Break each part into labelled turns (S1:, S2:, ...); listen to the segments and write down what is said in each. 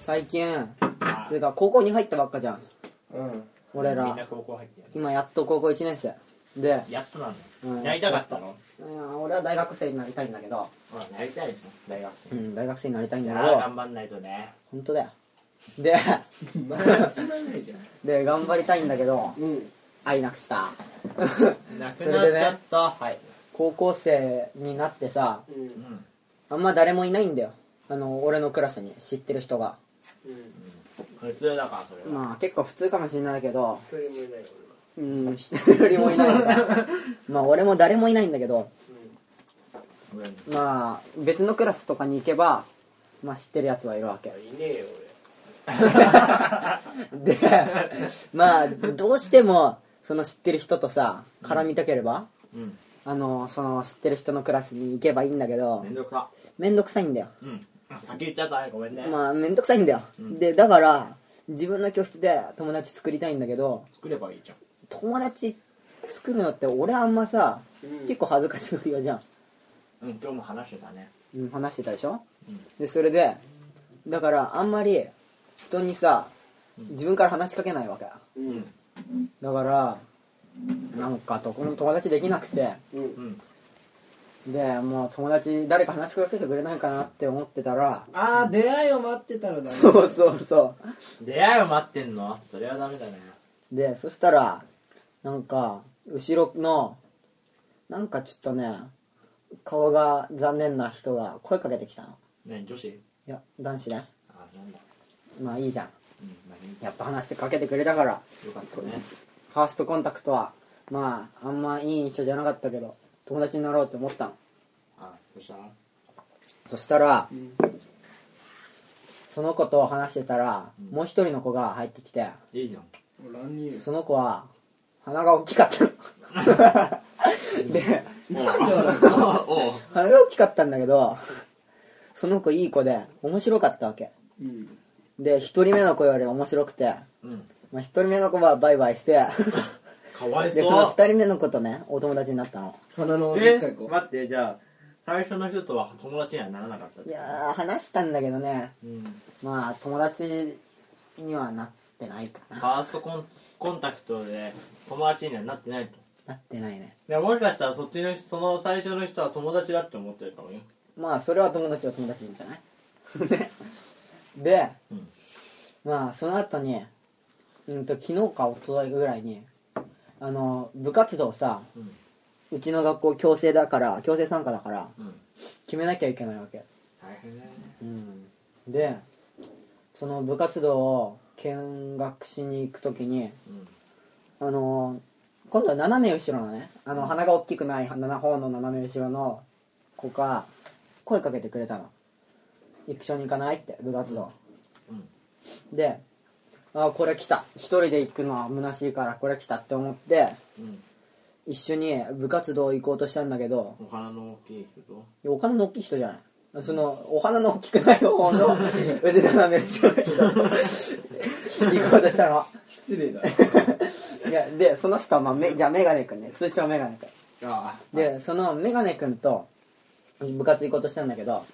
S1: 最近
S2: あ
S1: つうか高校に入ったばっかじゃん
S3: うん
S1: 俺
S2: みんな
S1: ら
S2: 高校入ってやる
S1: 今やっと高校1年生で
S2: やっとなの
S1: うん
S2: やりたかったの
S3: うん俺は大学生になりたいんだけど
S2: ほらなりたいの大学生
S1: うん大学生になりたいん
S2: じ
S1: だけ
S2: ゃあ
S1: ど
S2: 頑張んないとね
S1: 本当だよで
S3: まだ進まないじゃん
S1: で頑張りたいんだけど
S3: うん
S1: 愛なくした
S2: なく
S1: そ
S2: な
S1: れ
S2: っ
S1: で
S2: ち
S1: ね
S2: ゃったはい
S1: 高校生になってさ
S3: うん
S2: うん
S1: あんま誰もいないんだよあの俺のクラスに知ってる人が
S3: うん
S2: 普通だからそれは
S1: まあ結構普通かもしれないけど
S3: 一人もいないよ
S1: うん一人もいないん だまあ俺も誰もいないんだけど
S2: 俺に
S1: まあ別のクラスとかに行けばまあ知ってるやつはいるわけ
S3: 俺いねえよ
S1: でまあどうしてもその知ってる人とさ絡みたければ、
S2: うん
S1: あのその知ってる人のクラスに行けばいいんだけど
S2: めんどくさ
S1: めんどくさいんだよ
S2: うんあ先言っちゃったねごめんね
S1: まあめんどくさいんだよ、
S2: うん
S1: でだから自分の教室で友達作りたいんだけど
S2: 作ればいいじゃん
S1: 友達作るのって俺あんまさ
S3: 俺
S1: 結構恥ずかしがり屋じゃん、
S2: うん今日も話してたね
S1: うん、話してたでしょ、
S2: うん
S1: でそれでだからあんまり人にさ
S2: うん
S1: 自分から話しかけないわけ
S3: う
S2: うんん
S1: だからなんかどこも友達できなくて
S3: うん
S2: うん
S1: でもう友達誰か話しかけてくれないかなって思ってたら
S3: ああ出会いを待ってたらだね
S1: そうそうそ
S2: 出会いを待ってんのそれはダメだね
S1: うでそしたらなんか後ろのなんかちょっとね顔が残念な人が声かけてきたの
S2: ね女子
S1: いや男子ね
S2: あなんだ
S1: まあいいじゃん
S2: うんまあ
S1: やっぱ話してかけてくれたから
S2: よかったね
S1: ファーストコンタクトはまああんまいい印象じゃなかったけど友達になろうって思ったの
S2: あそしたら
S1: そしたら
S3: うん
S1: その子と話してたら、
S2: うん
S1: もう一人の子が入ってきて
S2: いいじゃん
S3: おらんに
S1: その子は鼻が大きかったの で
S2: おう おう
S1: 鼻が大きかったんだけどその子いい子で面白かったわけ
S3: うん
S1: で一人目の子より面白くて
S2: うん
S1: まあ、一人目の子はバイバイして
S2: かわい
S1: でその
S2: そ
S1: 二人目の子とねお友達になったの
S3: 鼻の
S2: う
S3: で
S2: え
S3: っかい子
S2: 待ってじゃあ最初の人とは友達にはならなかった
S1: いやー話したんだけどね
S2: うん
S1: まあ友達にはなってないか
S2: フ
S1: な
S2: ァーストコンコンタクトで友達にはなってないと
S1: なってないね
S2: でもしかしたらそっちの人その最初の人は友達だって思ってるかもよ
S1: まあそれは友達は友達じゃない ねで、
S2: うん
S1: まあその後にうんと昨日か一昨日ぐらいにあの部活動さ
S2: うん
S1: うちの学校強制だから強制参加だから
S2: うん
S1: 決めなきゃいけないわけ、
S2: 大変だよね
S1: うん、でその部活動を見学しに行く時に
S2: うん
S1: あの今度は斜め後ろのねあの鼻が大きくない7方の斜め後ろの子が声かけてくれたの一緒に行かないって部活動、
S2: うん
S1: であこれ来た一人で行くのは虚しいからこれ来たって思って
S2: うん
S1: 一緒に部活動行こうとしたんだけど
S2: お花の大きい人と
S1: いやお金の大きい人じゃないそのお花の大きくない方 の腕斜め後ろの人行こうとしたの
S3: 失礼だ
S1: いやでその人は、まあ、めじゃあメガネくんね通称メガネくん
S2: ああ
S1: でそのメガネ君と部活行こうとしたんだけど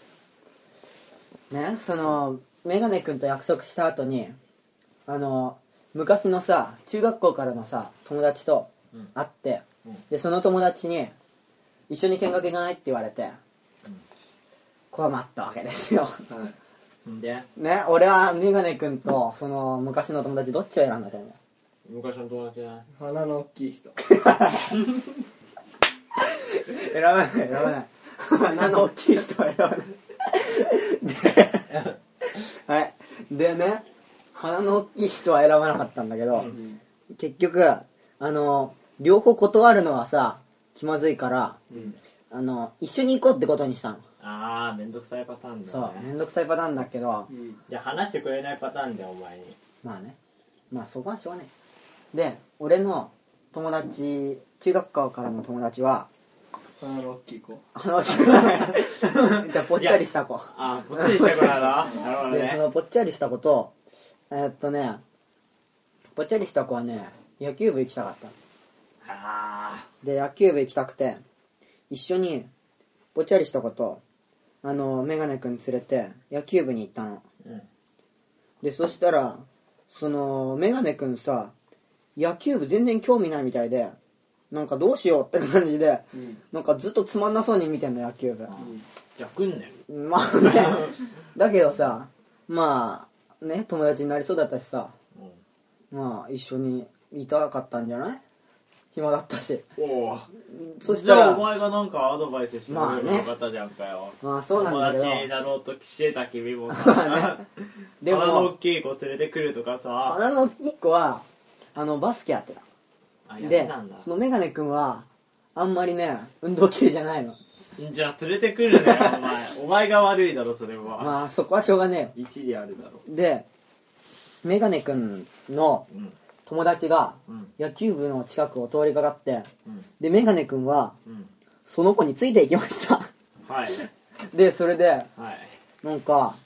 S1: ねそのメガネ君と約束した後にあの昔のさ中学校からのさ友達と
S2: うん
S1: 会って、
S2: うん
S1: でその友達に「一緒に見学行かない?」って言われて、
S2: うん
S1: 困ったわけですよ
S3: はい
S2: んで
S1: ね俺はメガネ君とその昔の友達どっちを選んだと思う
S2: 昔の友達だ
S3: 鼻の大きい人
S1: 選ばない選ば ない鼻の大きい人は選ばないで はいでね鼻の大きい人は選ばなかったんだけど、
S3: ん
S1: 結局あの両方断るのはさ気まずいから
S3: うん
S1: あの一緒に行こうってことにしたの、
S2: ああめんどくさいパターン
S1: そう
S2: だ
S1: め
S2: ね
S1: んどくさいパターンだけど
S3: うん
S2: じゃあ話してくれないパターンでお前に
S1: まあねまあそこはしょうがないで俺の友達中学校からの友達は
S3: 鼻の大きい子
S1: 鼻の大き くないじゃあぽっちゃりした子
S2: ああこっちにしてくれな なるほど
S1: でそ
S2: ね
S1: のぽっちゃりした子とえーっとねぽっちゃりした子はね野球部行きたかった
S2: あ
S1: で野球部行きたくて一緒にぽっちゃりした子とあのメガネ君連れて野球部に行ったの
S2: あうん
S1: でそしたらそのメガネくんさ野球部全然興味ないみたいでなんかどうしようって感じで
S3: うん
S1: なんかずっとつまんなそうに見てんの野球部
S3: うん
S2: じゃあ来んね
S1: まあねだけどさまあね友達になりそうだったしさ
S2: ん、
S1: まあ一緒にいたかったんじゃない暇だったし
S2: おお
S1: そし
S2: じ
S1: た
S2: ゃあお
S1: ら
S2: 前がなんかアドバイスしてく
S1: まあね
S2: れるよかったじゃんかよ、
S1: まあそうなんだけど
S2: 友達になろうとしてた君もさ、
S1: で
S2: 鼻の大
S1: も
S2: きい子連れてくるとかさ
S1: 花の一個はあのバスケやってた
S2: あやつ
S1: で
S2: なんだ
S1: そのメガネ君はあんまりね運動系じゃないの
S2: じゃあ連れてくるね お前お前が悪いだろそれは、
S1: まあそこはしょうがね
S2: 一理あるだろ
S1: えよでメガネ君の
S2: うん
S1: 友達が
S2: うん
S1: 野球部の近くを通りかかって
S2: うん
S1: でメガネ君は
S2: うん
S1: その子についていきました
S2: はい
S1: でそれで
S2: はい
S1: なんか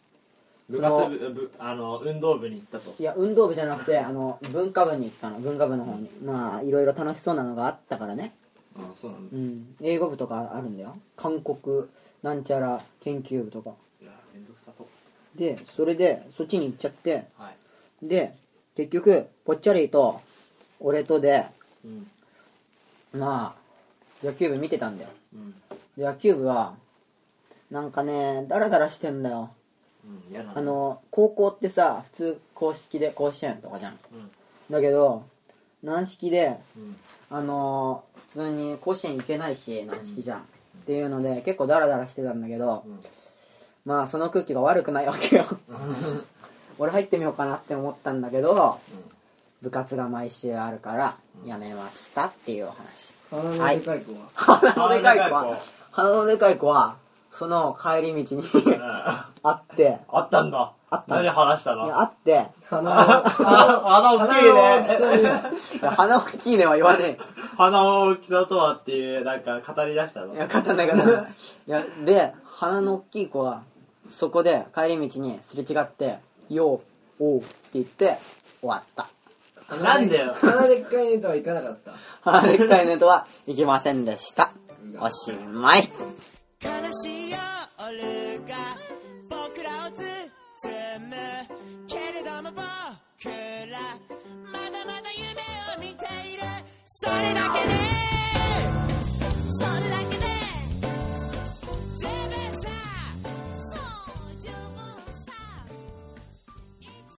S2: 部活部部あの運動部に行ったと
S1: いや運動部じゃなくてあの文化部に行ったの文化部の方にまあいろいろ楽しそうなのがあったからね
S2: あそうなん
S1: う
S2: だ
S1: ん英語部とかあるんだよ韓国なんちゃら研究部とか
S2: いやめんどくさと
S1: でそれでそっちに行っちゃって
S2: はい
S1: で結局ぽっちゃりと俺とで
S2: うん
S1: まあ野球部見てたんだよ
S2: うん
S1: で野球部はなんかねダラダラしてんだよ
S2: うん嫌だな
S1: あの高校ってさ普通公式で甲子園とかじゃん
S2: うん
S1: だけど軟式で
S2: うん
S1: あのー普通に甲子園行けないし軟式じゃん、っていうので結構ダラダラしてたんだけど、
S2: うん
S1: まあその空気が悪くないわけよ俺入ってみようかなって思ったんだけど部活が毎週あるからやめましたっていうお話
S3: 鼻のでかい子は
S1: 鼻のでかい子
S2: 鼻ので
S1: は鼻のでかい子はその帰り道に
S2: うんあ
S1: あって
S2: ったんだ
S1: あった
S2: 何話した
S1: い
S2: の
S1: やあって
S3: 鼻を
S2: 鼻大
S3: 鼻の大
S2: き
S3: き
S2: いね
S3: さに
S1: いや鼻大きいねは言わね
S2: 鼻の大きさとはっていうなんか語り出したの
S1: えいや勝たない勝たないいやで鼻の大きい子はそこで帰り道にすれ違って「ようおう」って言って終わった
S2: なんだよ
S3: 鼻でっかいねとはいかなかった
S1: 鼻でっかいねとはいきませんでしたおしまい
S4: 悲しい夜が僕らを包むけれども僕らまだまだ夢を見ているそれだけで